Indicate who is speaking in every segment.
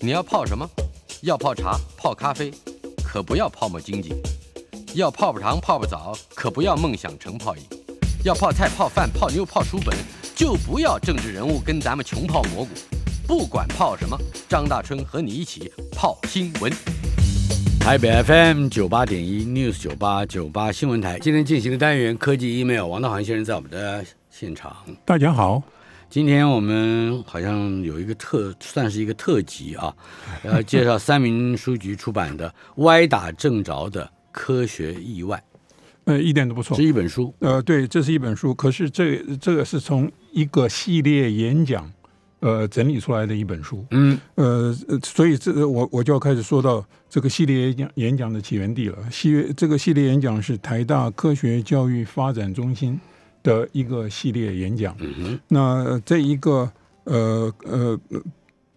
Speaker 1: 你要泡什么？要泡茶、泡咖啡，可不要泡沫经济；要泡泡糖、泡泡澡，可不要梦想成泡影；要泡菜、泡饭、泡妞、泡书本，就不要政治人物跟咱们穷泡蘑菇。不管泡什么，张大春和你一起泡新闻。
Speaker 2: 台北 FM 九八点一 News 九八九八新闻台，今天进行的单元科技 email，王道涵先生在我们的现场。
Speaker 3: 大家好，
Speaker 2: 今天我们好像有一个特，算是一个特辑 啊，要介绍三民书局出版的《歪打正着的科学意外
Speaker 3: 呃，一点都不》，错
Speaker 2: 是。一本书。
Speaker 3: 呃，对，这是一本书，可是这这个是从一个系列演讲，呃，整理出来的一本书。
Speaker 2: 嗯，
Speaker 3: 呃，呃所以这个我我就要开始说到这个系列演讲演讲的起源地了。系这个系列演讲是台大科学教育发展中心的一个系列演讲。
Speaker 2: 嗯
Speaker 3: 那呃这一个呃呃呃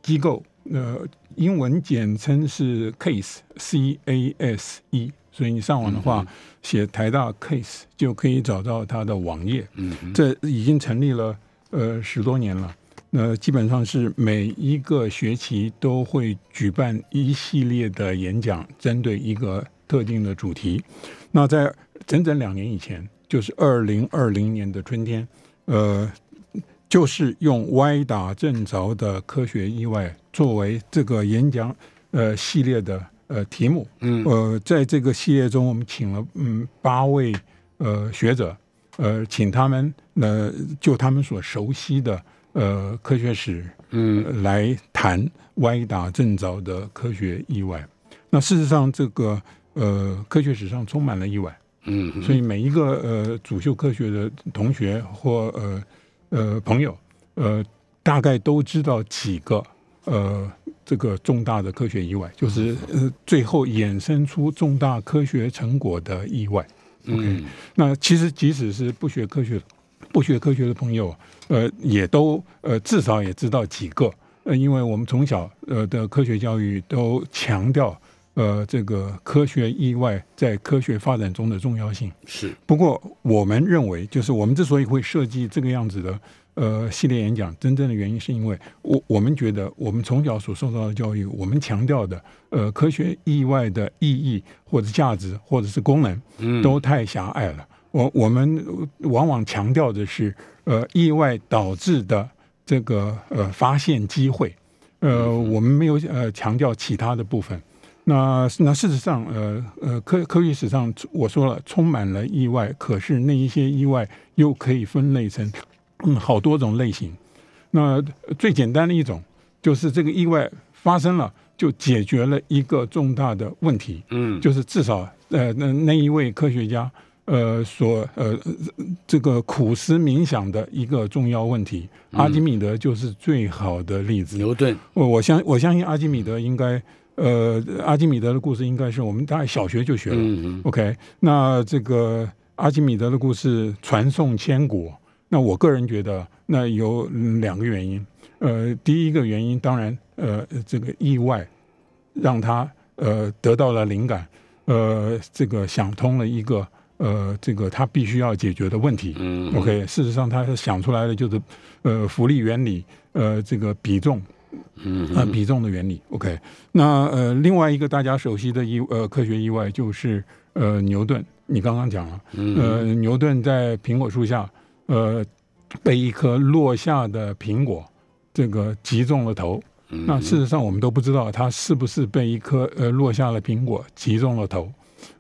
Speaker 3: 机构，呃，英文简称是 CASE，C A S E，所以你上网的
Speaker 2: 嗯
Speaker 3: 话，写台大 CASE E 就可以找到它的网页。
Speaker 2: 嗯哼
Speaker 3: 这已经成立了呃十多年了。那呃基本上是每一个学期都会举办一系列的演讲，针对一个特定的主题。那在整整两年以前，就是二零二零年的春天，呃，就是用歪打正着的科学意外作为这个演讲呃系列的呃题目。
Speaker 2: 嗯
Speaker 3: 呃，在这个系列中，我们请了嗯八位呃学者，呃，请他们呃就他们所熟悉的呃科学史
Speaker 2: 嗯
Speaker 3: 呃来谈歪打正着的科学意外。那事实上，这个呃科学史上充满了意外。
Speaker 2: 嗯哼，
Speaker 3: 所以每一个呃主修科学的同学或呃呃朋友，呃，大概都知道几个呃这个重大的科学意外，就是呃最后衍生出重大科学成果的意外。
Speaker 2: 嗯
Speaker 3: 那其实即使是不学科学、不学科学的朋友，呃，也都呃至少也知道几个，呃，因为我们从小呃的科学教育都强调呃这个科学意外在科学发展中的重要性。
Speaker 2: 是
Speaker 3: 不过，我们认为，就是我们之所以会设计这个样子的呃系列演讲，真正的原因是因为我我们觉得，我们从小所受到的教育，我们强调的呃科学意外的意义或者价值或者是功能，都太狭隘了。我我们往往强调的是呃意外导致的这个呃发现机会，呃，我们没有呃强调其他的部分。那那事实上，呃呃，科科学史上我说了，充满了意外，可是那一些意外又可以分类成嗯好多种类型。那最简单的一种就是这个意外发生了，就解决了一个重大的问题，
Speaker 2: 嗯
Speaker 3: 就是至少呃那那一位科学家呃所呃这个苦思冥想的一个重要问题。阿基米德就是最好的例子。
Speaker 2: 牛顿
Speaker 3: 我呃我相我相信阿基米德应该，呃，阿基米德的故事应该是我们大概小学就学了。
Speaker 2: 嗯
Speaker 3: OK，那这个阿基米德的故事传颂千古，那我个人觉得，那有嗯两个原因。呃，第一个原因当然，呃，这个意外让他呃得到了灵感，呃，这个想通了一个呃这个他必须要解决的问题。
Speaker 2: 嗯
Speaker 3: OK，事实上他是想出来的就是呃浮力原理，呃这个比重，
Speaker 2: 嗯
Speaker 3: 呃比重的原理。OK，那呃另外一个大家熟悉的意呃科学意外就是呃牛顿，你刚刚讲了，
Speaker 2: 嗯
Speaker 3: 呃牛顿在苹果树下，呃被一颗落下的苹果这个击中了头。
Speaker 2: 嗯
Speaker 3: 那事实上我们都不知道他是不是被一颗呃落下的苹果击中了头。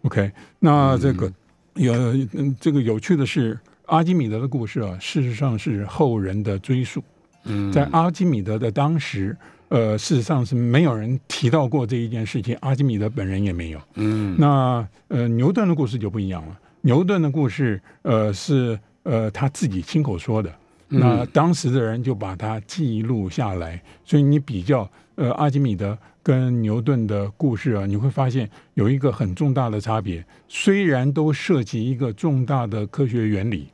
Speaker 3: OK，那这个有嗯这个有趣的是，阿基米德的故事啊，事实上是后人的追溯。
Speaker 2: 嗯
Speaker 3: 在阿基米德的当时，呃，事实上是没有人提到过这一件事情，阿基米德本人也没有。
Speaker 2: 嗯
Speaker 3: 那呃，牛顿的故事就不一样了。牛顿的故事，呃，是呃他自己亲口说的。那当时的人就把它记录下来，所以你比较呃阿基米德跟牛顿的故事啊，你会发现有一个很重大的差别。虽然都涉及一个重大的科学原理，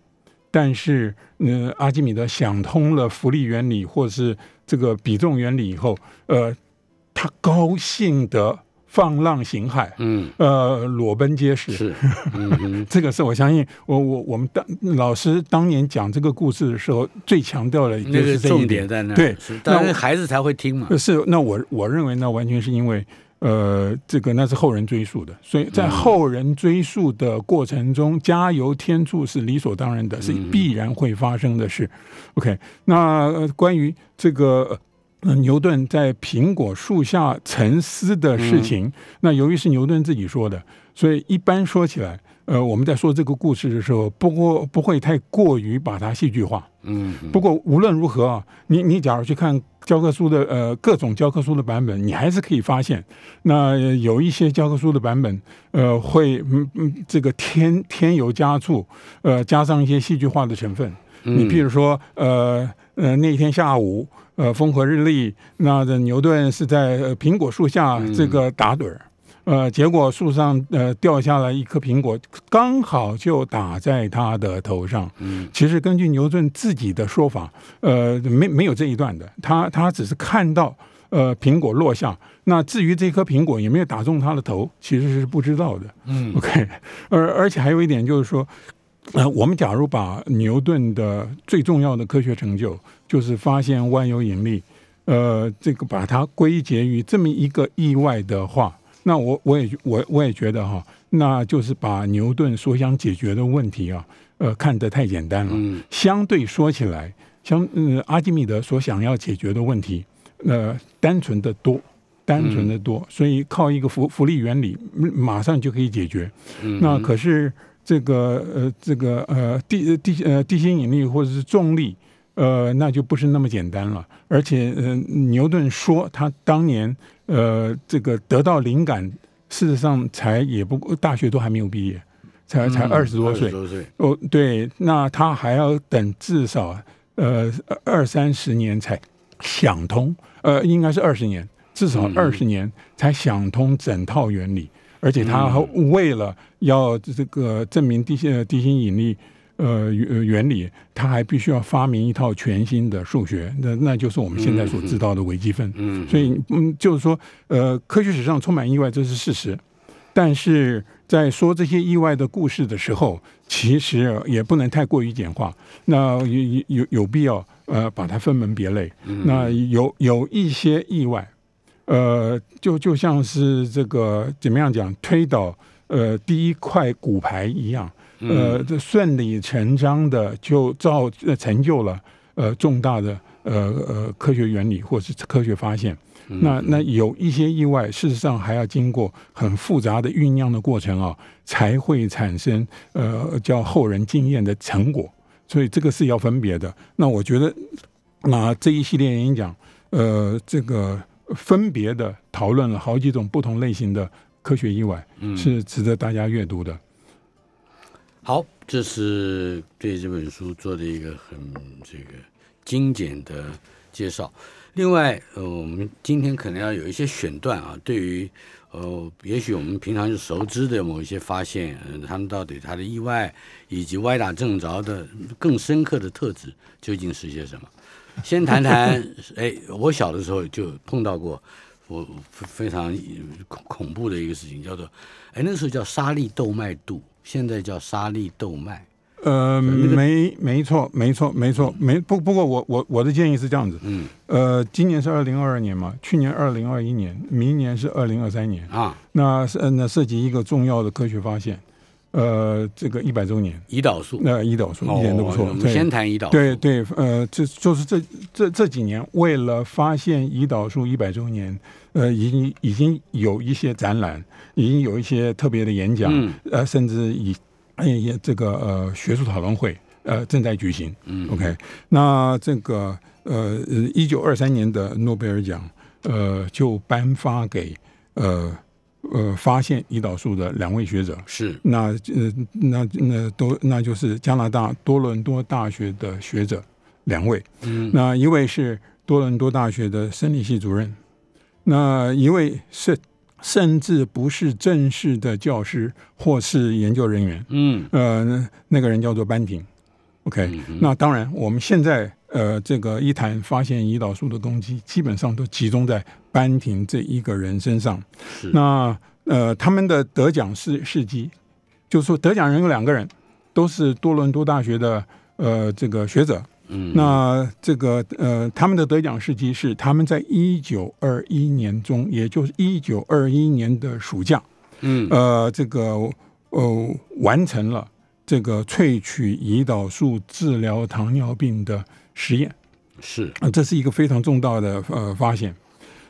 Speaker 3: 但是，嗯、阿基米德想通了浮力原理或是这个比重原理以后，呃，他高兴的放浪形骸，
Speaker 2: 嗯，
Speaker 3: 呃，裸奔街市。
Speaker 2: 是，嗯哼，
Speaker 3: 这个是我相信，我我我们当老师当年讲这个故事的时候，最强调的一
Speaker 2: 那个
Speaker 3: 是这一
Speaker 2: 重点
Speaker 3: 点
Speaker 2: 在那儿，
Speaker 3: 对
Speaker 2: 是，
Speaker 3: 那
Speaker 2: 当然
Speaker 3: 我
Speaker 2: 孩子才会听嘛，
Speaker 3: 呃是，那我我认为那完全是因为，呃，这个那是后人追溯的，所以在后人追溯的过程中，加油添醋是理所当然的，是必然会发生的事。OK，那、呃关于这个。呃牛顿在苹果树下沉思的事情，那由于是牛顿自己说的，所以一般说起来，呃，我们在说这个故事的时候，不过不会太过于把它戏剧化。
Speaker 2: 嗯哼，
Speaker 3: 不过无论如何啊，你你假如去看教科书的呃各种教科书的版本，你还是可以发现，那呃有一些教科书的版本，呃，会嗯嗯这个添添油加醋，呃，加上一些戏剧化的成分。
Speaker 2: 嗯
Speaker 3: 你譬如说，呃呃，那一天下午，呃，风和日丽，那这牛顿是在呃苹果树下
Speaker 2: 嗯
Speaker 3: 这个打盹儿。呃，结果树上呃掉下来一颗苹果，刚好就打在他的头上。
Speaker 2: 嗯，
Speaker 3: 其实根据牛顿自己的说法，呃，没没有这一段的，他他只是看到呃苹果落下。那至于这颗苹果有没有打中他的头，其实是不知道的。
Speaker 2: 嗯
Speaker 3: OK，而而且还有一点就是说，呃，我们假如把牛顿的最重要的科学成就，就是发现万有引力，呃，这个把它归结于这么一个意外的话，那我我也我我也觉得哈，那就是把牛顿所想解决的问题啊，呃，看得太简单了。
Speaker 2: 嗯
Speaker 3: 相对说起来，相嗯、阿基米德所想要解决的问题，呃，单纯的多，单纯的
Speaker 2: 嗯
Speaker 3: 多，所以靠一个浮浮力原理，嗯马上就可以解决。
Speaker 2: 嗯
Speaker 3: 那可是这个呃这个呃地地呃地心引力或者是重力，呃，那就不是那么简单了。而且呃，牛顿说他当年呃这个得到灵感，事实上才也不过大学都还没有毕业，才才二十多岁
Speaker 2: 20。多嗯岁，
Speaker 3: 哦，对，那他还要等至少呃二三十年才想通，呃，应该是二十年，至少
Speaker 2: 嗯
Speaker 3: 二十年才想通整套原理，而且他
Speaker 2: 嗯
Speaker 3: 为了要这个证明地心呃地心引力。呃，原原理，他还必须要发明一套全新的数学，那那就是我们现在所知道的微积分。
Speaker 2: 嗯，
Speaker 3: 所以，嗯，就是说，呃，科学史上充满意外，这是事实。但是在说这些意外的故事的时候，其实也不能太过于简化，那有有有必要呃把它分门别类。那有有一些意外，呃，就就像是这个怎么样讲推倒呃第一块骨牌一样，呃，这顺理成章的就造呃成就了呃重大的呃呃科学原理或是科学发现。那那有一些意外，事实上还要经过很复杂的酝酿的过程啊、才会产生呃叫后人经验的成果。所以这个是要分别的。那我觉得，那、这一系列演讲，呃，这个分别的讨论了好几种不同类型的科学意外，是值得大家阅读的。
Speaker 2: 好，这是对这本书做的一个很这个精简的介绍。另外，呃，我们今天可能要有一些选段啊，对于呃，也许我们平常就熟知的某一些发现，嗯、他们到底它的意外以及歪打正着的更深刻的特质究竟是些什么？先谈谈，哎，我小的时候就碰到过我非常恐恐怖的一个事情，叫做，哎，那时候叫沙粒豆麦肚，现在叫沙粒豆麦。
Speaker 3: 呃，没，没错，没错，没错，没不不过我我我的建议是这样子，
Speaker 2: 嗯
Speaker 3: 呃，今年是二零二二年嘛，去年二零二一年，明年是二零二三年，
Speaker 2: 啊，
Speaker 3: 那是呃那涉及一个重要的科学发现，呃，这个一百周年，
Speaker 2: 胰岛素，
Speaker 3: 那呃胰岛素一点都不错，
Speaker 2: 哦我们
Speaker 3: 对
Speaker 2: 先谈胰岛素。
Speaker 3: 对对，呃，这就是这这这几年，为了发现胰岛素一百周年，呃，已经已经有一些展览，已经有一些特别的演讲，
Speaker 2: 嗯
Speaker 3: 呃，甚至以哎也这个呃学术讨论会，呃，正在举行。
Speaker 2: 嗯
Speaker 3: OK，那这个呃，一九二三年的诺贝尔奖，呃，就颁发给呃呃发现胰岛素的两位学者，
Speaker 2: 是，
Speaker 3: 那呃，那那都那就是加拿大多伦多大学的学者两位，
Speaker 2: 嗯
Speaker 3: 那一位是多伦多大学的生理系主任，那一位是甚至不是正式的教师或是研究人员，
Speaker 2: 嗯
Speaker 3: 呃，那个人叫做班廷。OK，、
Speaker 2: 嗯哼
Speaker 3: 那当然，我们现在呃，这个一谈发现胰岛素的攻击，基本上都集中在班廷这一个人身上。
Speaker 2: 是
Speaker 3: 那呃，他们的得奖事事迹，就是说得奖人有两个人，都是多伦多大学的呃这个学者。
Speaker 2: 嗯，
Speaker 3: 那这个呃，他们的得奖事迹是他们在一九二一年中，也就是一九二一年的暑假，
Speaker 2: 嗯
Speaker 3: 呃，这个呃完成了这个萃取胰岛素治疗糖尿病的实验。
Speaker 2: 嗯是
Speaker 3: 啊，这是一个非常重大的呃发现。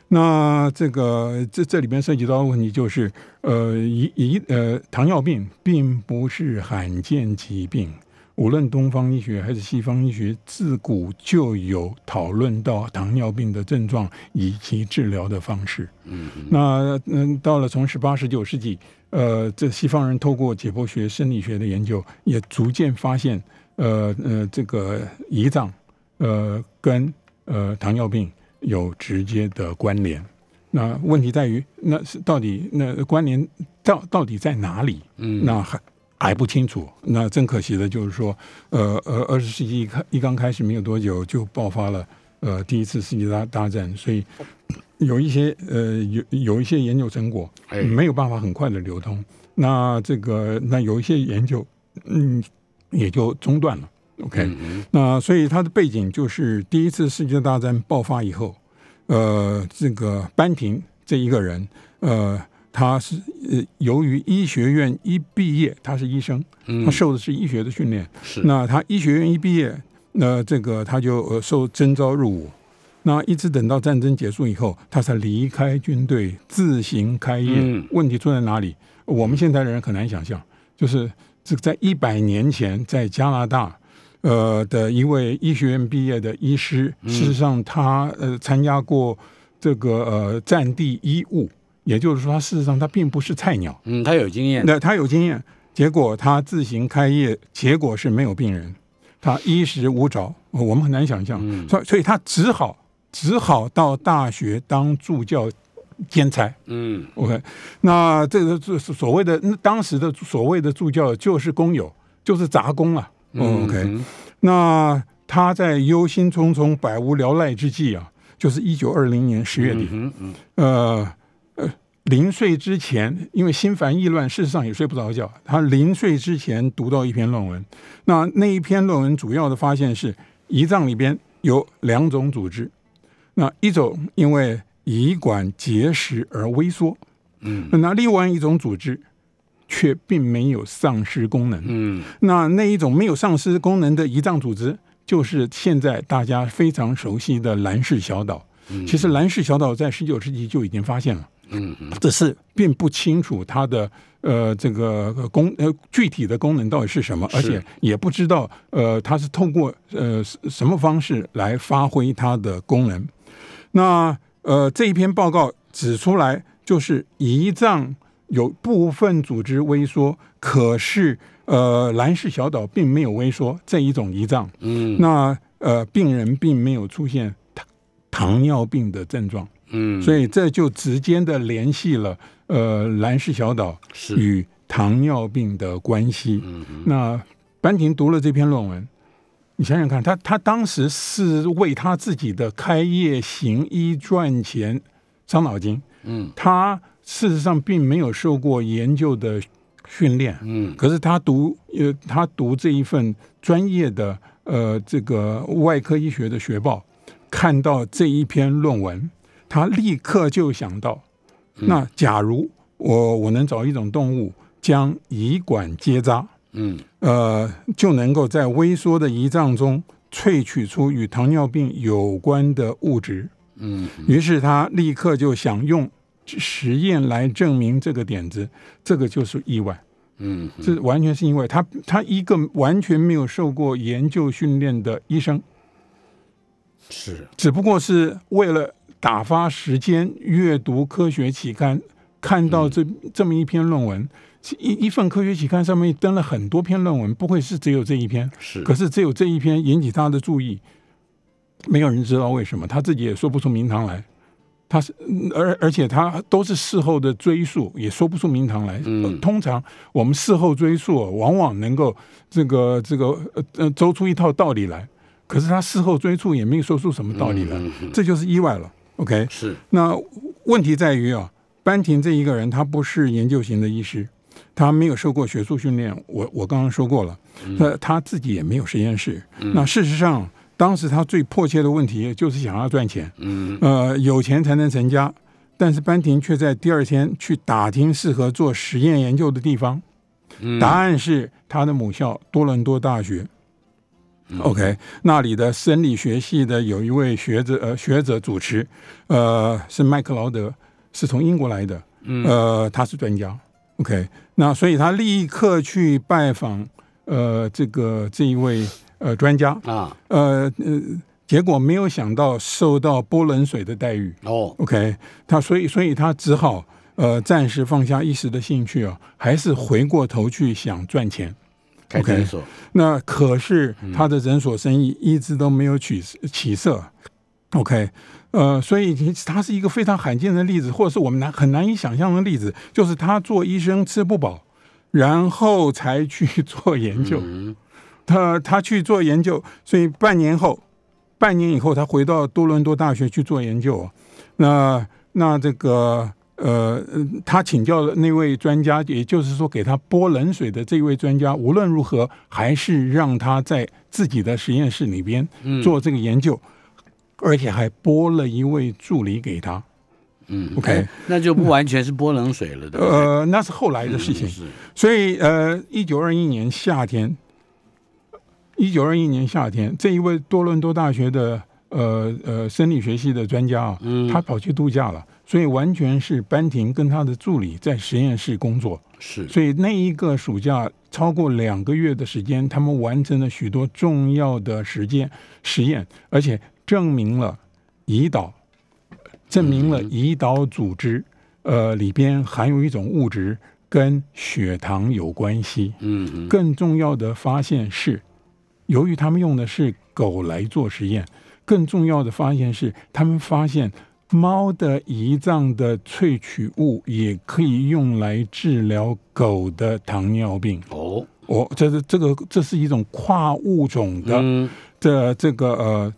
Speaker 3: 那这个这这里边涉及到的问题就是，呃，胰胰呃糖尿病并不是罕见疾病，无论东方医学还是西方医学，自古就有讨论到糖尿病的症状以及治疗的方式。
Speaker 2: 嗯嗯
Speaker 3: 那嗯，到了从十八、十九世纪，呃，这西方人透过解剖学、生理学的研究，也逐渐发现，呃呃，这个胰脏，呃，跟呃糖尿病有直接的关联。那问题在于，那是到底那关联到到底在哪里？
Speaker 2: 嗯
Speaker 3: 那还还不清楚。那真可惜的就是说，呃呃，二十世纪一开一刚开始没有多久就爆发了呃第一次世界大大战，所以有一些呃有有一些研究成果
Speaker 2: 哎
Speaker 3: 没有办法很快的流通。那这个那有一些研究嗯也就中断了。OK，、
Speaker 2: 嗯
Speaker 3: 那所以它的背景就是第一次世界大战爆发以后，呃，这个班廷这一个人，呃，他是呃由于医学院一毕业，他是医生，
Speaker 2: 嗯
Speaker 3: 他受的是医学的训练。
Speaker 2: 是
Speaker 3: 那他医学院一毕业，那这个他就呃受征召入伍。那一直等到战争结束以后，他才离开军队，自行开业。
Speaker 2: 嗯
Speaker 3: 问题出在哪里？我们现代人很难想象，就是这个在一百年前，在加拿大，呃的一位医学院毕业的医师，
Speaker 2: 嗯
Speaker 3: 事实上他呃参加过这个呃战地医务，也就是说，他事实上他并不是菜鸟，
Speaker 2: 嗯，他有经验，
Speaker 3: 那他有经验，结果他自行开业，结果是没有病人，他衣食无着，呃我们很难想象，
Speaker 2: 嗯
Speaker 3: 所以所以他只好只好到大学当助教兼差。
Speaker 2: 嗯
Speaker 3: OK，那这个这所谓的那当时的所谓的助教就是工友，就是杂工了。
Speaker 2: 嗯
Speaker 3: 哦 OK，、
Speaker 2: 嗯
Speaker 3: 那他在忧心忡忡、百无聊赖之际啊，就是一九二零年十月底，
Speaker 2: 嗯嗯
Speaker 3: 呃呃，临睡之前，因为心烦意乱，事实上也睡不着觉。他临睡之前读到一篇论文，那那一篇论文主要的发现是，胰脏里边有两种组织，那一种因为胰管结石而萎缩，
Speaker 2: 嗯
Speaker 3: 那另外一种组织却并没有丧失功能。
Speaker 2: 嗯
Speaker 3: 那那一种没有丧失功能的胰脏组织，就是现在大家非常熟悉的兰氏小岛。
Speaker 2: 嗯
Speaker 3: 其实兰氏小岛在十九世纪就已经发现了，
Speaker 2: 嗯嗯
Speaker 3: 只是并不清楚它的呃这个呃功呃具体的功能到底是什么，
Speaker 2: 是
Speaker 3: 而且也不知道呃它是通过呃什什么方式来发挥它的功能。那呃这一篇报告指出来，就是胰脏有部分组织萎缩，可是呃兰氏小岛并没有萎缩这一种胰脏，
Speaker 2: 嗯
Speaker 3: 那呃病人并没有出现糖糖尿病的症状。
Speaker 2: 嗯，
Speaker 3: 所
Speaker 2: 以
Speaker 3: 以这就直接的联系了呃兰氏小岛
Speaker 2: 是
Speaker 3: 与糖尿病的关系。
Speaker 2: 嗯嗯
Speaker 3: 那班廷读了这篇论文，你想想看，他他当时是为他自己的开业行医赚钱伤脑筋，
Speaker 2: 嗯
Speaker 3: 他事实上并没有受过研究的训练，
Speaker 2: 嗯
Speaker 3: 可是他读呃，他读这一份专业的呃这个外科医学的学报，看到这一篇论文，他立刻就想到，
Speaker 2: 嗯
Speaker 3: 那假如我我能找一种动物将胰管结扎，
Speaker 2: 嗯
Speaker 3: 呃，就能够在微缩的胰脏中萃取出与糖尿病有关的物质。
Speaker 2: 嗯
Speaker 3: 于是他立刻就想用实验来证明这个点子，这个就是意外。
Speaker 2: 嗯
Speaker 3: 这完全是因为他他一个完全没有受过研究训练的医生，
Speaker 2: 是
Speaker 3: 只不过是为了打发时间阅读科学期刊，看到这这么一篇论文，一一份科学期刊上面登了很多篇论文，不会是只有这一篇，
Speaker 2: 是
Speaker 3: 可是只有这一篇引起他的注意，没有人知道为什么，他自己也说不出名堂来。他是，嗯而而且他都是事后的追溯，也说不出名堂来。
Speaker 2: 嗯
Speaker 3: 呃通常我们事后追溯，往往能够这个这个呃呃，周出一套道理来。可是他事后追溯也没有说出什么道理来，
Speaker 2: 嗯
Speaker 3: 这就是意外了。OK，
Speaker 2: 是
Speaker 3: 那问题在于啊，班廷这一个人，他不是研究型的医师，他没有受过学术训练。我我刚刚说过了，那他自己也没有实验室。那事实上，当时他最迫切的问题就是想要赚钱，
Speaker 2: 嗯，
Speaker 3: 呃，有钱才能成家。但是班廷却在第二天去打听适合做实验研究的地方，答案是他的母校多伦多大学。OK，那里的生理学系的有一位学者，呃，学者主持，呃，是麦克劳德，是从英国来的，呃，他是专家。OK，那所以他立刻去拜访，呃，这个这一位呃专家，
Speaker 2: 啊
Speaker 3: 呃呃，结果没有想到受到波冷水的待遇。
Speaker 2: 哦
Speaker 3: OK，他所以所以他只好呃暂时放下一时的兴趣啊，还是回过头去想赚钱。
Speaker 2: 开诊所
Speaker 3: 那可是他的诊所生意一直都没有起起色。OK，呃，所以其实他是一个非常罕见的例子，或者是我们难很难以想象的例子，就是他做医生吃不饱，然后才去 做研究。他他去做研究，所以半年后，半年以后他回到多伦多大学去做研究啊。那那这个呃，他请教的那位专家，也就是说给他泼冷水的这位专家，无论如何还是让他在自己的实验室里边做这个研究，而且还拨了一位助理给他。
Speaker 2: 嗯
Speaker 3: OK
Speaker 2: 那就不完全是泼冷水了，对不对？
Speaker 3: 呃，那是后来的事情。
Speaker 2: 是
Speaker 3: 所以呃，一九二一年夏天，一九二一年夏天，这一位多伦多大学的呃呃生理学系的专家啊，他跑去度假了，所以完全是班廷跟他的助理在实验室工作。
Speaker 2: 是
Speaker 3: 所以那一个暑假超过两个月的时间，他们完成了许多重要的实践实验，而且证明了胰岛，证明了胰岛组织呃里边含有一种物质跟血糖有关系。
Speaker 2: 嗯嗯
Speaker 3: 更重要的发现是，由于他们用的是狗来做实验，更重要的发现是，他们发现猫的胰脏的萃取物也可以用来治疗狗的糖尿病。
Speaker 2: 哦
Speaker 3: 哦，这是这个这是一种跨物种的、
Speaker 2: 嗯
Speaker 3: 这这个呃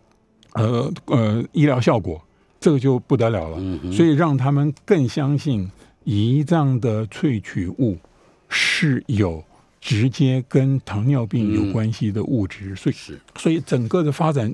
Speaker 3: 呃呃医疗效果，这个就不得了了。
Speaker 2: 嗯
Speaker 3: 所以让他们更相信胰脏的萃取物是有直接跟糖尿病有关系的物质，所以
Speaker 2: 嗯是
Speaker 3: 所以整个的发展，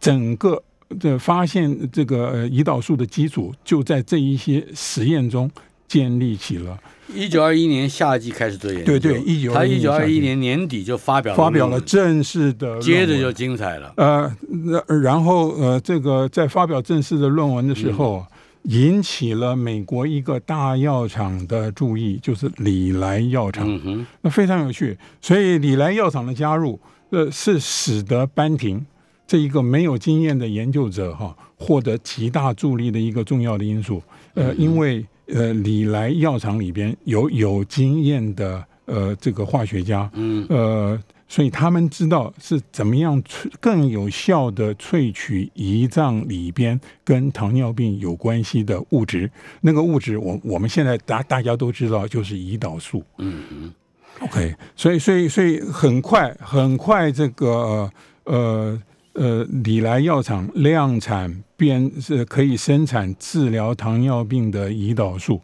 Speaker 3: 整个的发现这个呃胰岛素的基础就在这一些实验中建立起了。
Speaker 2: 一九二一年夏季开始做研究，
Speaker 3: 对对1921
Speaker 2: 他一九二一
Speaker 3: 年
Speaker 2: 年年底就发表
Speaker 3: 发表了
Speaker 2: 论文
Speaker 3: 正式的论文，
Speaker 2: 接着就精彩了，
Speaker 3: 呃，那然后呃，这个在发表正式的论文的时候，引起了美国一个大药厂的注意，就是礼来药厂。
Speaker 2: 嗯哼，
Speaker 3: 那非常有趣，所以礼来药厂的加入，呃，是使得班廷这一个没有经验的研究者哈、获得极大助力的一个重要的因素。呃，因为呃，礼来药厂里边有有经验的呃这个化学家，
Speaker 2: 嗯
Speaker 3: 呃，所以他们知道是怎么样萃更有效的萃取胰脏里边跟糖尿病有关系的物质。那个物质我，我们现在大大家都知道就是胰岛素。
Speaker 2: 嗯嗯
Speaker 3: OK，所以所以所以很快很快，这个呃呃，礼来药厂量产便是可以生产治疗糖尿病的胰岛素，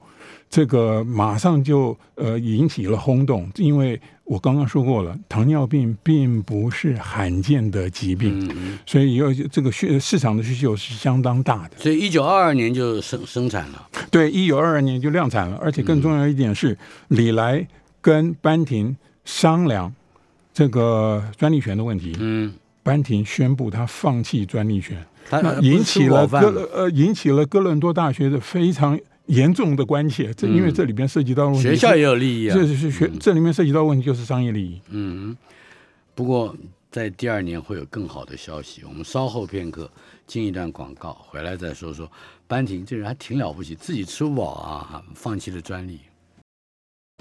Speaker 3: 这个马上就呃引起了轰动，因为我刚刚说过了，糖尿病并不是罕见的疾病，
Speaker 2: 嗯嗯，
Speaker 3: 所以有这个需市场的需求是相当大的。
Speaker 2: 所以一九二二年就生生产了，
Speaker 3: 对，一九二二年就量产了，而且更重要一点是，李来跟班廷商量这个专利权的问题，
Speaker 2: 嗯，
Speaker 3: 班廷宣布他放弃专利权，
Speaker 2: 他
Speaker 3: 那引起
Speaker 2: 呃不吃饱
Speaker 3: 了哥
Speaker 2: 饭了
Speaker 3: 呃引起了哥伦多大学的非常严重的关切，这因为这里边涉及到问题是，
Speaker 2: 学校也有利益啊，
Speaker 3: 这是学这里面涉及到问题就是商业利益，
Speaker 2: 嗯，不过在第二年会有更好的消息。我们稍后片刻进一段广告，回来再说说班廷这人还挺了不起，自己吃不饱啊，放弃了专利。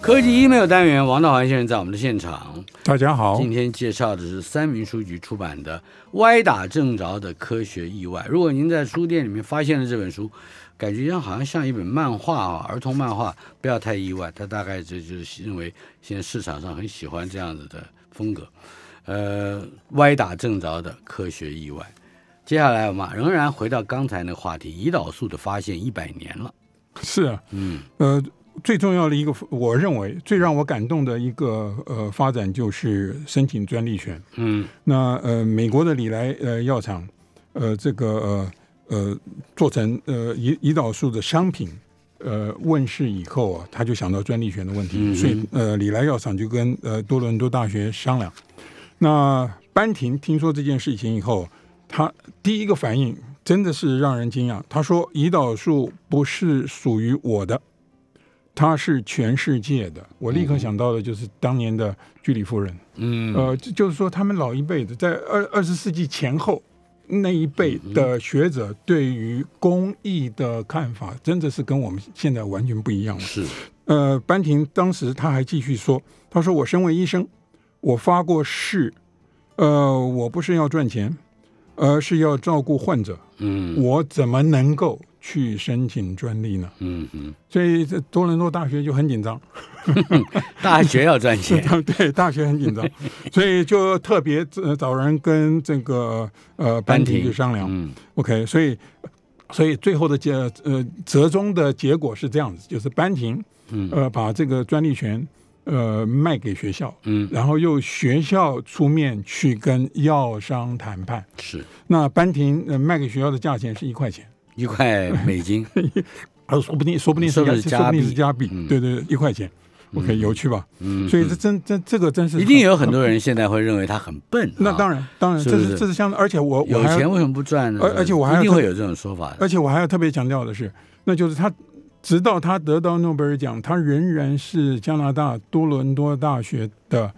Speaker 2: 科技 email 单元，王道涵先生在我们的现场。
Speaker 3: 大家好
Speaker 2: 今，天介绍的是三民书局出版的《歪打正着的科学意外》。如果您在书店里面发现了这本书，感觉上好像像一本漫画啊，儿童漫画，不要太意外。他大概这就是认为现在市场上很喜欢这样子的风格。呃歪打正着的科学意外。接下来我们仍然回到刚才那个话题，胰岛素的发现一百年了。
Speaker 3: 是啊，
Speaker 2: 嗯，
Speaker 3: 呃，最重要的一个，我认为最让我感动的一个呃发展就是申请专利权。
Speaker 2: 嗯
Speaker 3: 那呃，美国的李来呃药厂，呃，这个呃呃做成呃胰胰岛素的商品，呃问世以后啊，他就想到专利权的问题，
Speaker 2: 嗯
Speaker 3: 所以呃李来药厂就跟呃多伦多大学商量。那班廷听说这件事情以后，他第一个反应真的是让人惊讶，他说胰岛素不是属于我的。它是全世界的，我立刻想到的就是当年的居里夫人，
Speaker 2: 嗯，
Speaker 3: 呃，就就是说，他们老一辈的，在二二十世纪前后那一辈的学者，对于工艺的看法，真的是跟我们现在完全不一样了。
Speaker 2: 是，
Speaker 3: 呃，班廷当时他还继续说，他说：“我身为医生，我发过誓，呃，我不是要赚钱，而是要照顾患者，
Speaker 2: 嗯
Speaker 3: 我怎么能够去申请专利呢
Speaker 2: 嗯嗯，？”
Speaker 3: 所以，这多伦多大学就很紧张。
Speaker 2: 大学要赚钱，
Speaker 3: 他对大学很 紧张，所以就特别呃找人跟这个呃班
Speaker 2: 廷
Speaker 3: 廷去商量。
Speaker 2: 嗯
Speaker 3: OK，所以所以最后的结呃折中的结果是这样子，就是班廷
Speaker 2: 嗯
Speaker 3: 呃把这个专利权呃卖给学校，
Speaker 2: 嗯，
Speaker 3: 然后由学校出面去跟药商谈判。
Speaker 2: 是
Speaker 3: 那班廷呃卖给学校的价钱是一块钱。
Speaker 2: 一块美金，
Speaker 3: 呃，说不定，说不定
Speaker 2: 说
Speaker 3: 是
Speaker 2: 不定是
Speaker 3: 说不定
Speaker 2: 加
Speaker 3: 是加币，
Speaker 2: 嗯
Speaker 3: 对对，一块钱，OK，有趣吧？
Speaker 2: 嗯，
Speaker 3: 所以这真真这个真是
Speaker 2: 一定有很多人现在会认为他很笨，
Speaker 3: 那
Speaker 2: 啊
Speaker 3: 当然，当然，
Speaker 2: 是
Speaker 3: 这
Speaker 2: 不
Speaker 3: 是
Speaker 2: 是
Speaker 3: 这是相当，而且我我
Speaker 2: 有
Speaker 3: 还
Speaker 2: 钱
Speaker 3: 要，
Speaker 2: 为什么不赚呢？
Speaker 3: 而而且我还
Speaker 2: 一
Speaker 3: 要
Speaker 2: 定
Speaker 3: 特
Speaker 2: 会有这种说法的，
Speaker 3: 而且我还要特别强调的是，那就是他，直到他得到诺贝尔奖，他仍然是加拿大多伦多大学的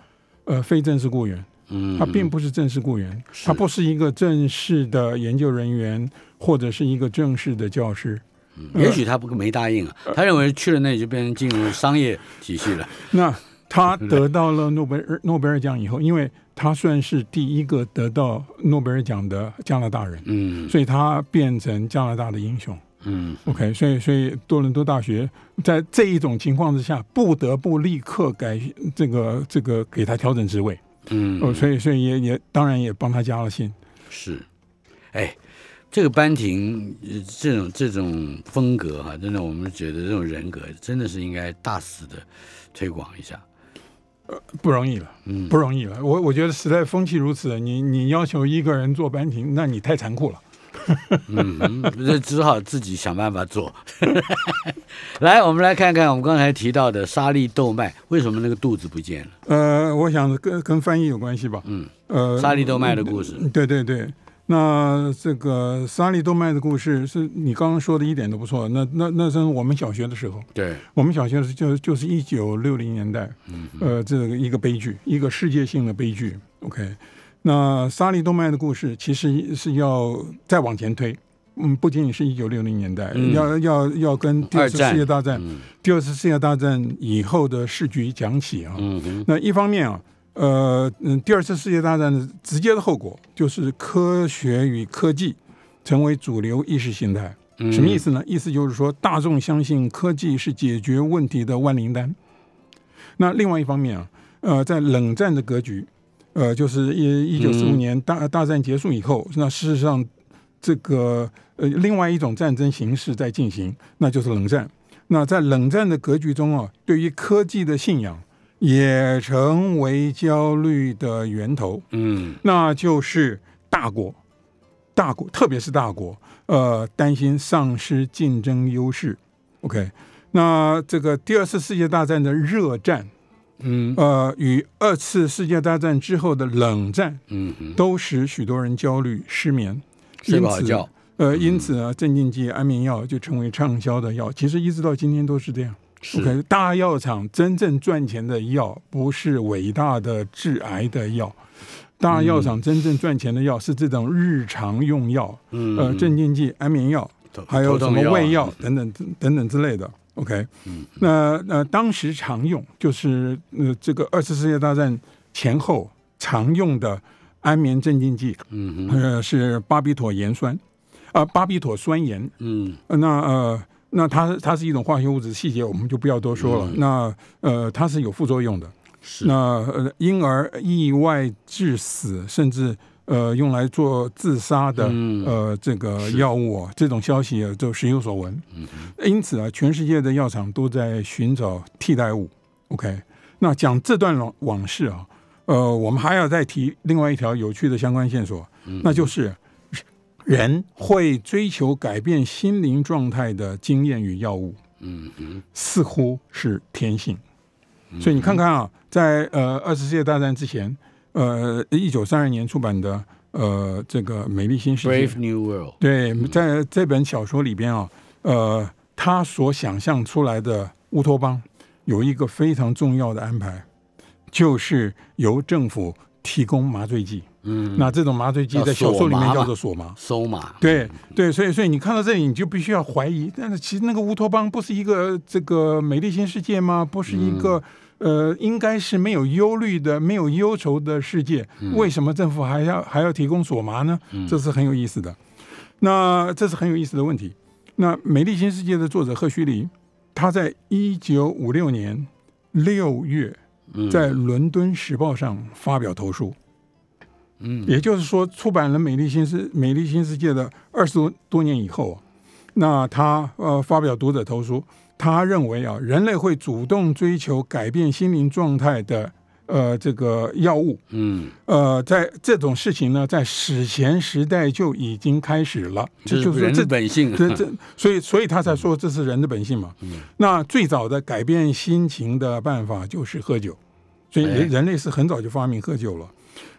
Speaker 3: 呃非正式雇员，
Speaker 2: 嗯，
Speaker 3: 他并不是正式雇员，
Speaker 2: 是
Speaker 3: 他不是一个正式的研究人员或者是一个正式的教师。
Speaker 2: 嗯，也许他不没答应啊，
Speaker 3: 呃
Speaker 2: 他认为去了那里就变成进入商业体系了，
Speaker 3: 那他得到了诺贝尔诺贝尔奖以后，因为他算是第一个得到诺贝尔奖的加拿大人，
Speaker 2: 嗯
Speaker 3: 所以他变成加拿大的英雄。
Speaker 2: 嗯
Speaker 3: OK，所以所以多伦多大学在这一种情况之下，不得不立刻改这个这个给他调整职位，
Speaker 2: 嗯，
Speaker 3: 哦，所以所以也也当然也帮他加了薪。
Speaker 2: 是，哎，这个班廷呃这种这种风格哈、真的我们觉得这种人格真的是应该大肆的推广一下。
Speaker 3: 不容易了，
Speaker 2: 嗯
Speaker 3: 不容易了。我我觉得时代风气如此，你你要求一个人做班廷，那你太残酷了。
Speaker 2: 嗯哼，那只好自己想办法做。来，我们来看看我们刚才提到的沙粒豆麦，为什么那个肚子不见了？
Speaker 3: 呃，我想跟跟翻译有关系吧。
Speaker 2: 嗯，
Speaker 3: 呃，
Speaker 2: 沙粒豆麦的故事。
Speaker 3: 对对对，那这个沙利动脉的故事是你刚刚说的一点都不错。那那那是我们小学的时候，
Speaker 2: 对，
Speaker 3: 我们小学的时候就就是一九六零年代，
Speaker 2: 嗯
Speaker 3: 呃，这个一个悲剧，一个世界性的悲剧。OK，那沙利动脉的故事其实是要再往前推，嗯，不仅仅是一九六零年代，
Speaker 2: 嗯
Speaker 3: 要要要跟第二次
Speaker 2: 二战
Speaker 3: 世界大战、
Speaker 2: 嗯
Speaker 3: 第二次世界大战以后的市局讲起啊。
Speaker 2: 嗯哼，
Speaker 3: 那一方面啊，呃，嗯，第二次世界大战的直接的后果就是科学与科技成为主流意识形态。
Speaker 2: 嗯
Speaker 3: 什么意？思呢？意思就是说，大众相信科技是解决问题的万灵丹。那另外一方面啊，呃，在冷战的格局，呃，就是一一九四五
Speaker 2: 嗯
Speaker 3: 年大大战结束以后，那事实上这个呃另外一种战争形式在进行，那就是冷战。那在冷战的格局中啊，对于科技的信仰也成为焦虑的源头。
Speaker 2: 嗯
Speaker 3: 那就是大国，大国，特别是大国，呃，担心丧失竞争优势。OK，那这个第二次世界大战的热战，
Speaker 2: 嗯
Speaker 3: 呃，与二次世界大战之后的冷战，
Speaker 2: 嗯哼，
Speaker 3: 都使许多人焦虑、失眠，
Speaker 2: 睡不
Speaker 3: 因
Speaker 2: 好
Speaker 3: 此
Speaker 2: 觉。
Speaker 3: 呃，因此啊，镇静剂、安眠药就成为畅销的药，其实一直到今天都是这样。
Speaker 2: 是
Speaker 3: OK，大药厂真正赚钱的药不是伟大的致癌的药，大药厂真正赚钱的药是这种日常用药，
Speaker 2: 嗯
Speaker 3: 呃，镇静剂、安眠药，
Speaker 2: 头
Speaker 3: 还有
Speaker 2: 头
Speaker 3: 什
Speaker 2: 痛
Speaker 3: 么胃
Speaker 2: 药
Speaker 3: 药
Speaker 2: 啊嗯
Speaker 3: 等等等等之类的。OK，那那当时常用就是呃这个二次世界大战前后常用的安眠镇静剂，
Speaker 2: 嗯哼
Speaker 3: 呃是巴比妥盐酸，啊、巴比妥酸盐，
Speaker 2: 嗯
Speaker 3: 呃那呃，
Speaker 2: 嗯
Speaker 3: 那它它是一种化学物质，细节我们就不要多说了。那呃，它是有副作用的。
Speaker 2: 是
Speaker 3: 那呃，婴儿意外致死，甚至呃用来做自杀的、
Speaker 2: 嗯
Speaker 3: 呃这个药物啊，这种消息啊就时有所闻。因此啊，全世界的药厂都在寻找替代物。OK，那讲这段往往事啊，呃，我们还要再提另外一条有趣的相关线索，那就是人会追求改变心灵状态的经验与药物。
Speaker 2: 嗯嗯，
Speaker 3: 似乎是天性。所以你看看啊，在呃二次世界大战之前，呃一九三二年出版的呃这个《美丽新世界》
Speaker 2: Brave 嗯 New World，
Speaker 3: 对，在这本小说里边啊，呃，他所想象出来的乌托邦有一个非常重要的安排，就是由政府提供麻醉剂。
Speaker 2: 嗯，
Speaker 3: 那这种麻醉剂在小说里面叫做索麻。
Speaker 2: 收嘛，
Speaker 3: 对对，所以所以你看到这里，你就必须要怀疑。但是其实那个乌托邦不是一个这个美丽新世界吗？不是一个、呃，应该是没有忧虑的、没有忧愁的世界。为什么政府还要还要提供索麻呢？这是很有意思的。那这是很有意思的问题。那《美丽新世界》的作者赫胥黎，他在一九五六年六月
Speaker 2: 嗯
Speaker 3: 在《伦敦时报》上发表投书。
Speaker 2: 嗯
Speaker 3: 也就是说，出版了《美丽新世美丽新世界》的二十多多年以后啊，那他呃发表读者投书，他认为啊，人类会主动追求改变心灵状态的呃这个药物，
Speaker 2: 嗯，
Speaker 3: 呃，在这种事情呢，在史前时代就已经开始了，
Speaker 2: 这
Speaker 3: 就是是
Speaker 2: 人
Speaker 3: 说这
Speaker 2: 的本性，嗯
Speaker 3: 这这，所以所以他才说这是人的本性嘛。那最早的改变心情的办法就是喝酒，所以
Speaker 2: 哎
Speaker 3: 人人类是很早就发明喝酒了。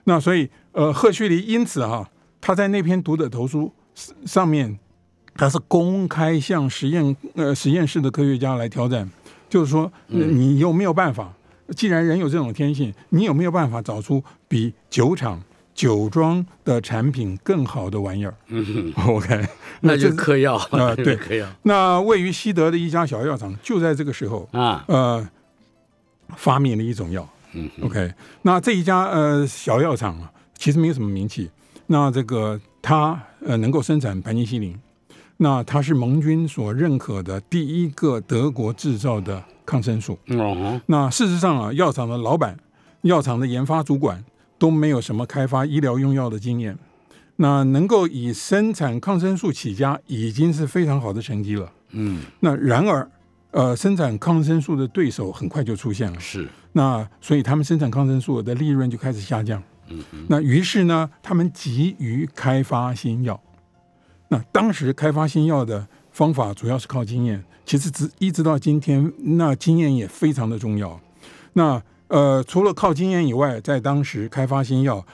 Speaker 3: 那所以呃，赫胥黎因此哈、他在那篇读者投书上面，他是公开向实验呃实验室的科学家来挑战，就是说呃
Speaker 2: 嗯
Speaker 3: 你有没有办法？既然人有这种天性，你有没有办法找出比酒厂、酒庄的产品更好的玩意儿、
Speaker 2: 嗯，
Speaker 3: o k
Speaker 2: 那就
Speaker 3: 这
Speaker 2: 嗑药
Speaker 3: 啊
Speaker 2: 就是
Speaker 3: 对
Speaker 2: 嗑药
Speaker 3: 那位于西德的一家小药厂就在这个时候，
Speaker 2: 啊，
Speaker 3: 呃，发明了一种药。
Speaker 2: 嗯
Speaker 3: OK，那这一家呃小药厂啊，其实没有什么名气。那这个它呃能够生产盘尼西林，那它是盟军所认可的第一个德国制造的抗生素。
Speaker 2: 哦，
Speaker 3: 那事实上啊，药厂的老板、药厂的研发主管都没有什么开发医疗用药的经验。那能够以生产抗生素起家，已经是非常好的成绩了。
Speaker 2: 嗯，
Speaker 3: 那然而，呃，生产抗生素的对手很快就出现了。
Speaker 2: 是，
Speaker 3: 那所以他们生产抗生素的利润就开始下降。
Speaker 2: 嗯
Speaker 3: 那于是呢，他们急于开发新药。那当时开发新药的方法主要是靠经验，其实直一直到今天，那经验也非常的重要。那呃，除了靠经验以外，在当时开发新药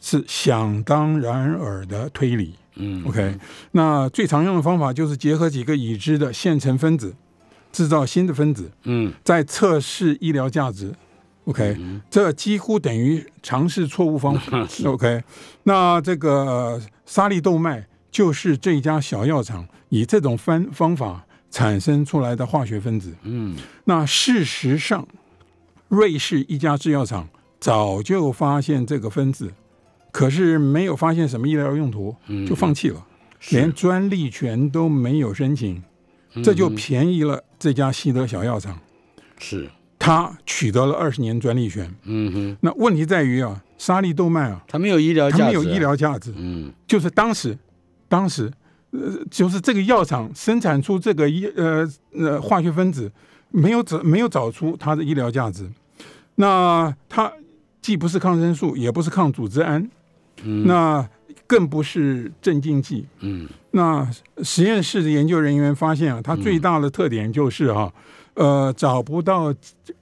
Speaker 3: 是想当然尔的推理。
Speaker 2: 嗯
Speaker 3: OK，那最常用的方法就是结合几个已知的现成分子，制造新的分子，
Speaker 2: 嗯
Speaker 3: 再测试医疗价值。OK，、这几乎等于尝试错误方 法。OK，那这个、呃沙粒豆麦就是这家小药厂以这种方方法产生出来的化学分子。
Speaker 2: 嗯
Speaker 3: 那事实上，瑞士一家制药厂早就发现这个分子，可是没有发现什么医疗用途，
Speaker 2: 嗯
Speaker 3: 就放弃了，连专利权都没有申请，
Speaker 2: 嗯
Speaker 3: 这就便宜了这家西德小药厂，
Speaker 2: 是，
Speaker 3: 它取得了二十年专利权。
Speaker 2: 嗯哼，
Speaker 3: 那问题在于啊，沙利豆麦啊，
Speaker 2: 他没有医疗
Speaker 3: 它
Speaker 2: 价值，
Speaker 3: 没有医，疗价值，
Speaker 2: 嗯
Speaker 3: 就是当时，当时，呃，就是这个药厂生产出这个医呃呃化学分子，没有找没有找出它的医疗价值。那它既不是抗生素，也不是抗组织胺，那更不是镇静剂。
Speaker 2: 嗯
Speaker 3: 那实验室的研究人员发现啊，它最大的特点就是哈、呃，找不到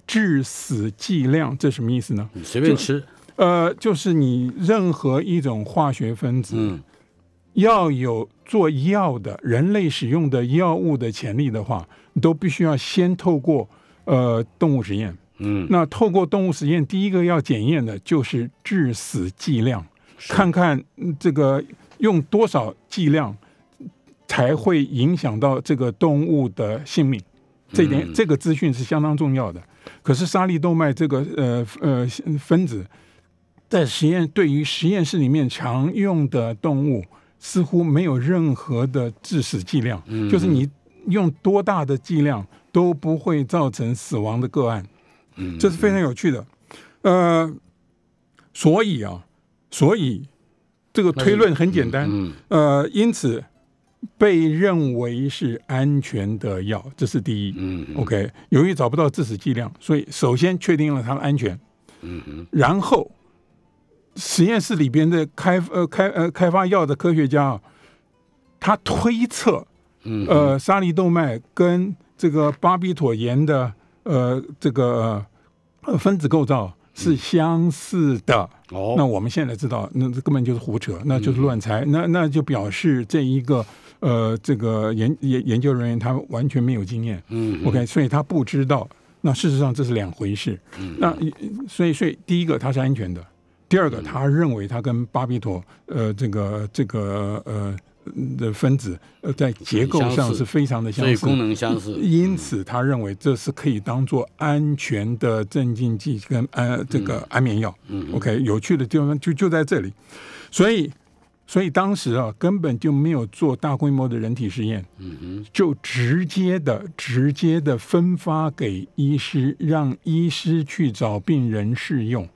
Speaker 3: 致死剂量，这什么意思呢？
Speaker 2: 随便吃，
Speaker 3: 呃，就是你任何一种化学分子，
Speaker 2: 嗯
Speaker 3: 要有做药的人类使用的药物的潜力的话，你都必须要先透过呃动物实验。
Speaker 2: 嗯，
Speaker 3: 那透过动物实验，第一个要检验的就是致死剂量，看看嗯这个用多少剂量才会影响到这个动物的性命。这一点，这个资讯是相当重要的。可是沙粒动脉这个呃呃分子，在实验对于实验室里面常用的动物，似乎没有任何的致死剂量，就是你用多大的剂量都不会造成死亡的个案。
Speaker 2: 嗯
Speaker 3: 这是非常有趣的。呃，所以啊，所以这个推论很简单，
Speaker 2: 嗯
Speaker 3: 呃，因此被认为是安全的药，这是第一。
Speaker 2: 嗯嗯
Speaker 3: OK，由于找不到致死剂量，所以首先确定了它的安全，
Speaker 2: 嗯嗯
Speaker 3: 然后实验室里边的开呃开呃开发药的科学家啊，他推测
Speaker 2: 嗯
Speaker 3: 呃沙粒动脉跟这个巴比妥盐的呃这个呃分子构造是相似的。那
Speaker 2: 哦
Speaker 3: 我们现在知道，那这根本就是胡扯，那
Speaker 2: 嗯
Speaker 3: 就是乱猜，那那就表示这一个呃，这个研研研究人员他完全没有经验、
Speaker 2: 嗯
Speaker 3: o k 所以他不知道。那事实上这是两回事。
Speaker 2: 嗯
Speaker 3: 那呃所以所以第一个它是安全的，第二个
Speaker 2: 嗯
Speaker 3: 他认为它跟巴比妥呃这个这个呃的分子呃在结构
Speaker 2: 相
Speaker 3: 上
Speaker 2: 似
Speaker 3: 是非常的相
Speaker 2: 所以
Speaker 3: 似，
Speaker 2: 功能相似
Speaker 3: 因此，他认为这是可以当做安全的镇静剂跟呃这个安眠药。OK，有趣的地方就就在这里，所以所以当时啊根本就没有做大规模的人体实验，就直接的直接的分发给医师，让医师去找病人试用，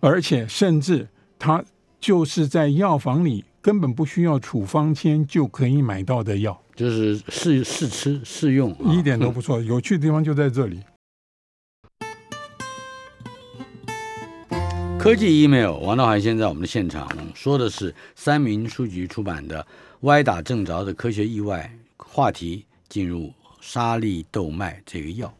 Speaker 3: 而且甚至他就是在药房里根本不需要处方签就可以买到的药。
Speaker 2: 就是试试吃试用啊
Speaker 3: 一点都不错。有趣的地方就在这里。
Speaker 2: 科技 email，王道涵现在我们的现场说的是三民书局出版的《歪打正着的科学意外》，话题进入沙粒豆麦这个药。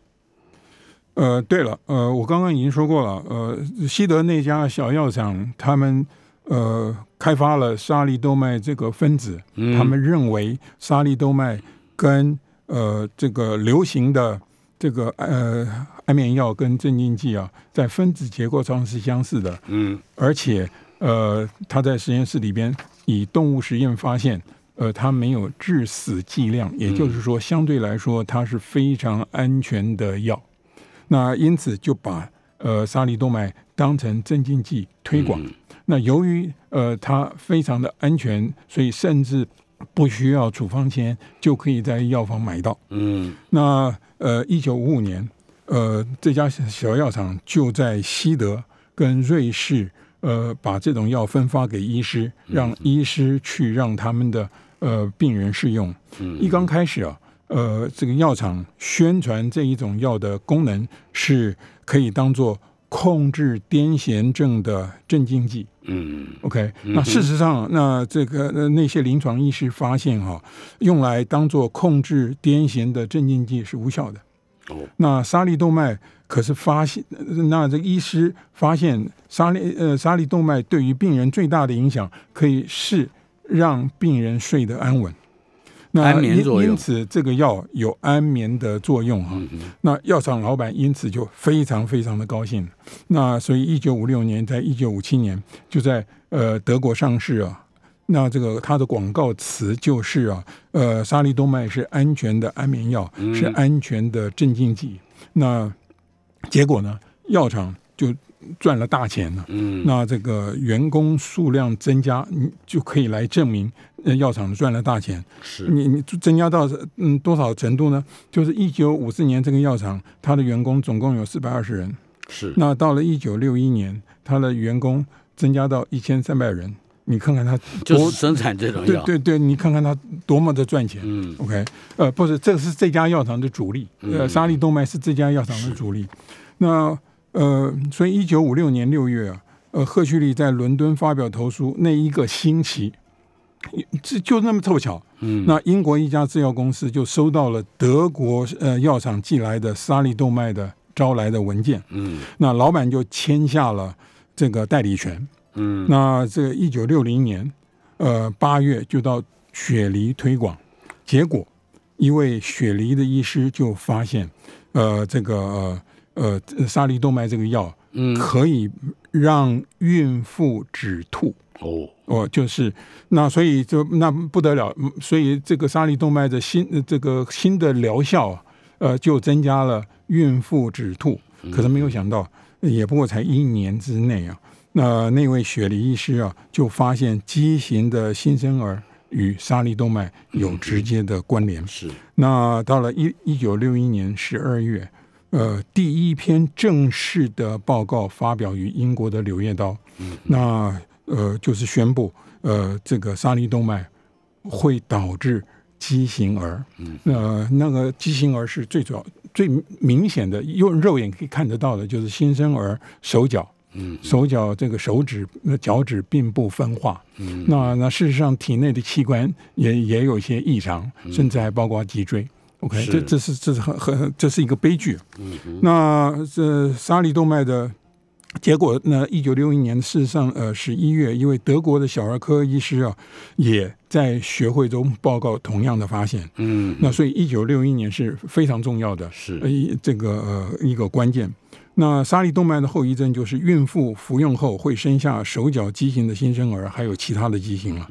Speaker 3: 呃，对了，呃，我刚刚已经说过了，呃，西德那家小药厂他们呃开发了沙粒豆麦这个分子，
Speaker 2: 嗯
Speaker 3: 他们认为沙粒豆麦跟呃这个流行的这个呃安眠药跟镇静剂啊，在分子结构上是相似的，
Speaker 2: 嗯
Speaker 3: 而且呃他在实验室里边以动物实验发现。呃，它没有致死剂量，也就是说，相对来说，它是非常安全的药。那因此就把呃沙利动脉当成镇静剂推广。那由于呃它非常的安全，所以甚至不需要处方签就可以在药房买到。
Speaker 2: 嗯
Speaker 3: 那呃，一九五五年，呃，这家小药厂就在西德跟瑞士，呃，把这种药分发给医师，让医师去让他们的呃病人试用。一刚开始啊，呃，这个药厂宣传这一种药的功能是可以当做控制癫痫症的镇静剂。
Speaker 2: 嗯
Speaker 3: OK，那事实上，那这个呃那些临床医师发现哈、用来当做控制癫痫的镇静剂是无效的。
Speaker 2: 哦
Speaker 3: 那沙粒动脉可是发现，呃那这个医师发现沙粒呃沙粒动脉对于病人最大的影响，可以是让病人睡得安稳。那
Speaker 2: 安眠
Speaker 3: 因
Speaker 2: 作用
Speaker 3: 因此这个药有安眠的作用哈、那药厂老板因此就非常非常的高兴。那所以一九五六年，在一九五七年就在呃德国上市啊。那这个它的广告词就是啊，呃，沙利动脉是安全的安眠药，
Speaker 2: 嗯
Speaker 3: 是安全的镇静剂。那结果呢，药厂就赚了大钱了。
Speaker 2: 嗯
Speaker 3: 那这个员工数量增加，你就可以来证明呃药厂赚了大钱。
Speaker 2: 是
Speaker 3: 你你增加到嗯多少程度呢？就是一九五四年这个药厂，它的员工总共有四百二十人，
Speaker 2: 嗯是
Speaker 3: 那到了一九六一年，它的员工增加到一千三百人，你看看它
Speaker 2: 就
Speaker 3: 多
Speaker 2: 是生产这种
Speaker 3: 对
Speaker 2: 药。
Speaker 3: 对对，你看看它多么的赚钱。
Speaker 2: 嗯
Speaker 3: OK，呃，不是，这是这家药厂的主力，呃，沙利动脉是这家药厂的主力。那呃，所以一九五六年六月啊，呃，赫胥黎在伦敦发表投书那一个星期，这就那么凑巧，
Speaker 2: 嗯
Speaker 3: 那英国一家制药公司就收到了德国呃药厂寄来的沙利动脉的招来的文件，
Speaker 2: 嗯
Speaker 3: 那老板就签下了这个代理权。
Speaker 2: 嗯
Speaker 3: 那这一九六零年，呃，八月就到雪梨推广，结果一位雪梨的医师就发现，呃，这个呃呃沙利动脉这个药
Speaker 2: 嗯
Speaker 3: 可以让孕妇止吐。
Speaker 2: 哦
Speaker 3: 哦，就是那，所以就那不得了，嗯所以这个沙粒动脉的新呃这个新的疗效啊，呃，就增加了孕妇止吐。可是没有想到，也不过才一年之内啊，那、那位雪梨医师啊，就发现畸形的新生儿与沙粒动脉有直接的关联。
Speaker 2: 是
Speaker 3: 那到了一一九六一年十二月，呃，第一篇正式的报告发表于英国的《柳叶刀》，那呃就是宣布，呃，这个沙粒动脉会导致畸形儿。嗯，呃，那个畸形儿是最主要、最明显的，用肉眼可以看得到的，就是新生儿手脚。
Speaker 2: 嗯，
Speaker 3: 手脚这个手指、呃脚趾并不分化，嗯，那那事实上体内的器官也也有一些异常，甚至还包括脊椎。OK，
Speaker 2: 嗯是嗯
Speaker 3: 这这是这是很很这是一个悲剧。那这沙粒动脉的结果，那一九六一年事实上呃十一月，一位德国的小儿科医师啊，也在学会中报告同样的发现。
Speaker 2: 嗯，
Speaker 3: 那所以一九六一年是非常重要的，
Speaker 2: 是
Speaker 3: 呃一这个呃一个关键。那沙粒动脉的后遗症就是孕妇服用后会生下手脚畸形的新生儿，还有其他的畸形了。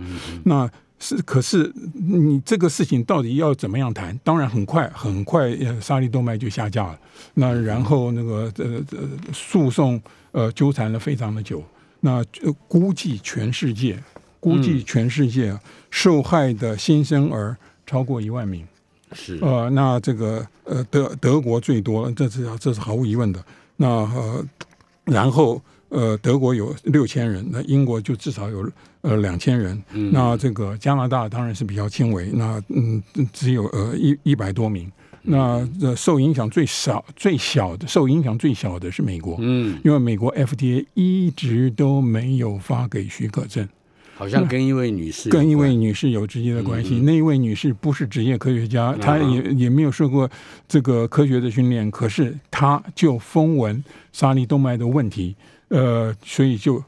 Speaker 3: 那是，可是你这个事情到底要怎么样谈？当然很快，很快，呃，沙粒动脉就下架了。那然后那个呃呃诉讼呃纠缠了非常的久。那、呃、估计全世界，估计全世界、啊受害的新生儿超过一万名。
Speaker 2: 是
Speaker 3: 呃，那这个呃德德国最多，这是这是毫无疑问的。那呃，然后呃德国有六千人，那英国就至少有呃两千人。
Speaker 2: 嗯
Speaker 3: 那这个加拿大当然是比较轻微，那嗯只有呃一一百多名。
Speaker 2: 嗯
Speaker 3: 那呃受影响最少最小的受影响最小的是美国，
Speaker 2: 嗯，
Speaker 3: 因为美国 FDA 一直都没有发给许可证。
Speaker 2: 好像跟一位女士有
Speaker 3: 跟一
Speaker 2: 关
Speaker 3: 位女士有直接的关系。那一位女士不是职业科学家，她也也没有受过这个科学的训练，可是她就风闻沙粒动脉的问题，呃，所以就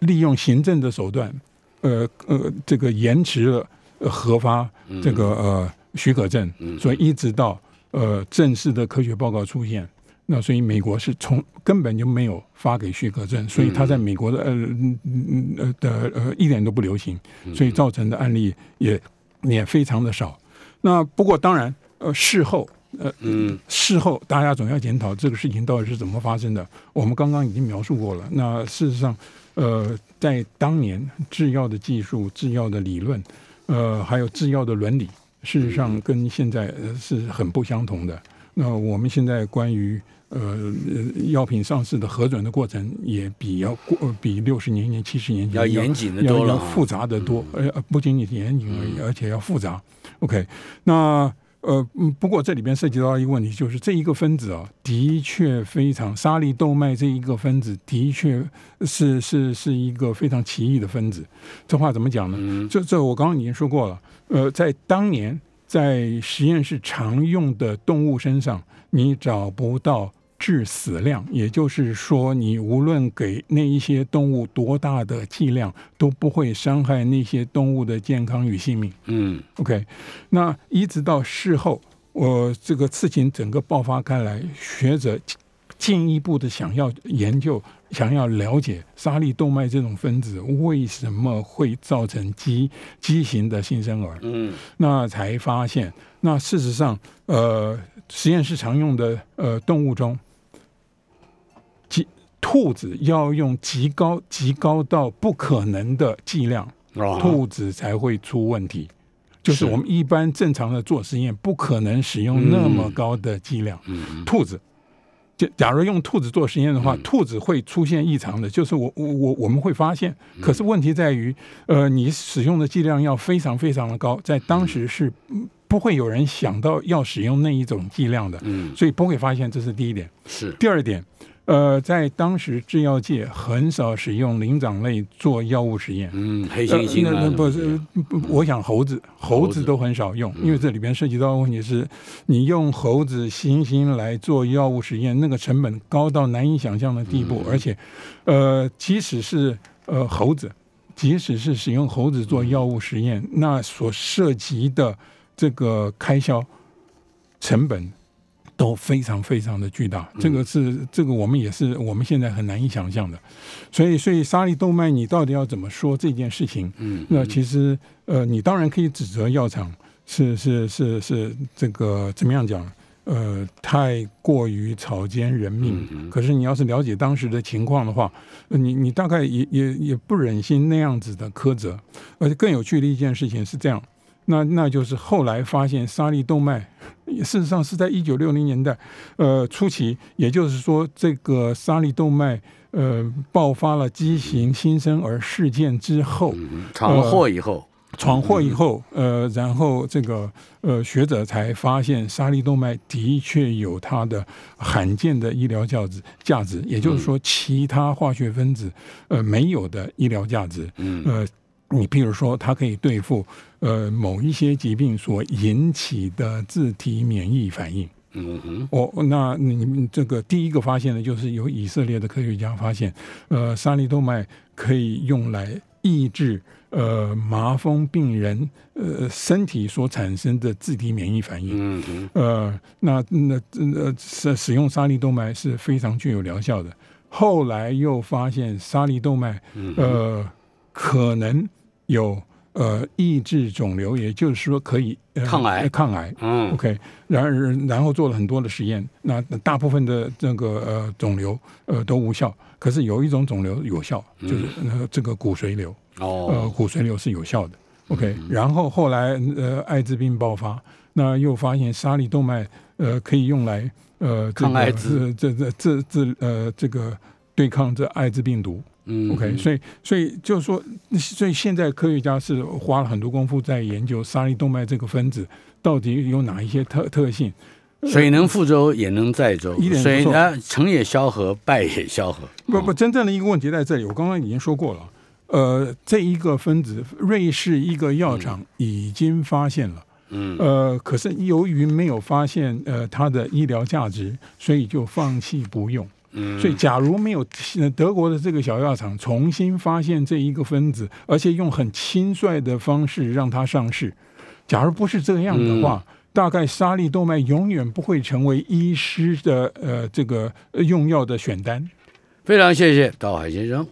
Speaker 3: 利用行政的手段，呃呃，这个延迟了呃核发这个呃许可证，所以一直到呃正式的科学报告出现。那所以美国是从根本就没有发给许可证，所以它在美国的呃嗯嗯呃的呃一点都不流行，所以造成的案例也也非常的少。那不过当然，呃，事后呃
Speaker 2: 嗯
Speaker 3: 事后大家总要检讨这个事情到底是怎么发生的。我们刚刚已经描述过了。那事实上，呃，在当年制药的技术、制药的理论，呃，还有制药的伦理，事实上跟现在呃是很不相同的。那我们现在关于呃呃药品上市的核准的过程，也比要过呃比六十年前、七十年前
Speaker 2: 要严谨得
Speaker 3: 要
Speaker 2: 多了
Speaker 3: 要
Speaker 2: 啊嗯
Speaker 3: 复杂的多，呃，呃不仅仅是严谨而已，而且要复杂。OK，那呃，嗯不过这里边涉及到一个问题，就是这一个分子啊，的确非常沙粒动脉这一个分子的确是是是一个非常奇异的分子。这话怎么讲
Speaker 2: 嗯
Speaker 3: 呢？这这我刚刚已经说过了，呃，在当年在实验室常用的动物身上，你找不到。致死量，也就是说，你无论给那一些动物多大的剂量，都不会伤害那些动物的健康与性命。
Speaker 2: 嗯
Speaker 3: OK，那一直到事后，我、这个事情整个爆发开来，学者进进一步的想要研究、想要了解沙粒动脉这种分子为什么会造成畸畸形的新生儿，
Speaker 2: 嗯
Speaker 3: 那才发现，那事实上，呃，实验室常用的呃动物中，极兔子要用极高、极高到不可能的剂量。
Speaker 2: 哦
Speaker 3: 兔子才会出问题。就是我们一般正常的做实验，不可能使用那么高的剂量。
Speaker 2: 嗯
Speaker 3: 兔子，就假如用兔子做实验的话，兔子会出现异常的，就是我我我我们会发现。
Speaker 2: 嗯
Speaker 3: 可是问题在于，呃，你使用的剂量要非常非常的高，在当时是嗯不会有人想到要使用那一种剂量的，
Speaker 2: 嗯
Speaker 3: 所以不会发现，这是第一点。
Speaker 2: 是
Speaker 3: 第二点，呃，在当时制药界很少使用灵长类做药物实验。
Speaker 2: 嗯黑
Speaker 3: 呃
Speaker 2: 猩猩
Speaker 3: 那
Speaker 2: 啊
Speaker 3: 那不
Speaker 2: 什么
Speaker 3: 是
Speaker 2: 的，
Speaker 3: 不我想猴子，猴
Speaker 2: 猴子
Speaker 3: 子都很少用，因为这里边涉及到的问题是，你用猴子、猩猩来做药物实验，那个成本高到难以想象的地步，而且，呃，即使是呃猴子，即使是使用猴子做药物实验，那所涉及的这个开销成本。都非常非常的巨大，这个是这个我们也是我们现在很难以想象的，所以所以沙粒动脉你到底要怎么说这件事情？
Speaker 2: 嗯
Speaker 3: 那其实呃，你当然可以指责药厂是是是是这个怎么样讲？呃，太过于草菅人命。
Speaker 2: 嗯
Speaker 3: 可是你要是了解当时的情况的话，呃你你大概也也也不忍心那样子的苛责。而且更有趣的一件事情是这样：那那就是后来发现沙粒动脉，事实上是在一九六零年代，呃初期，也就是说这个沙粒动脉呃爆发了畸形新生儿事件之后，
Speaker 2: 嗯闯祸以后，
Speaker 3: 闯祸以后，呃，然后这个呃学者才发现沙粒动脉的确有它的罕见的医疗价值价值，也就是说其他化学分子呃没有的医疗价值。嗯，呃，你譬如说它可以对付呃某一些疾病所引起的自体免疫反应。
Speaker 2: 嗯哼，
Speaker 3: 哦，那你们这个第一个发现呢，就是有以色列的科学家发现，呃，沙粒动脉可以用来抑制呃麻风病人呃身体所产生的自体免疫反应。
Speaker 2: 嗯哼，
Speaker 3: 呃，那那呃使使用沙粒动脉是非常具有疗效的。后来又发现沙粒动脉
Speaker 2: 嗯
Speaker 3: 呃可能有呃抑制肿瘤，也就是说可以、呃
Speaker 2: 抗癌
Speaker 3: 呃抗癌。
Speaker 2: 嗯
Speaker 3: OK，然而然后做了很多的实验，那大部分的这个呃肿瘤呃都无效，可是有一种肿瘤有效，就是呃这个骨髓瘤，呃
Speaker 2: 嗯哦，嗯
Speaker 3: 骨髓瘤是有效的。OK，然后后来呃艾滋病爆发，那又发现沙粒动脉呃可以用来呃这个
Speaker 2: 抗艾滋
Speaker 3: 这这这这呃这个对抗这艾滋病毒。
Speaker 2: 嗯
Speaker 3: OK，所以所以就是说，所以现在科学家是花了很多功夫在研究沙粒动脉这个分子到底有哪一些特特性。
Speaker 2: 水能覆舟，也能载舟
Speaker 3: 一点，不错
Speaker 2: 水呢成也萧何，败也萧何。
Speaker 3: 不不，真正的一个问题在这里，我刚刚已经说过了。呃，这一个分子，瑞士一个药厂已经发现了。
Speaker 2: 嗯，
Speaker 3: 呃，可是由于没有发现呃它的医疗价值，所以就放弃不用。
Speaker 2: 嗯
Speaker 3: 所以，假如没有呃德国的这个小药厂重新发现这一个分子，而且用很轻率的方式让它上市，假如不是这样的话，
Speaker 2: 嗯
Speaker 3: 大概沙粒动脉永远不会成为医师的呃这个呃用药的选单。
Speaker 2: 非常谢谢道海先生。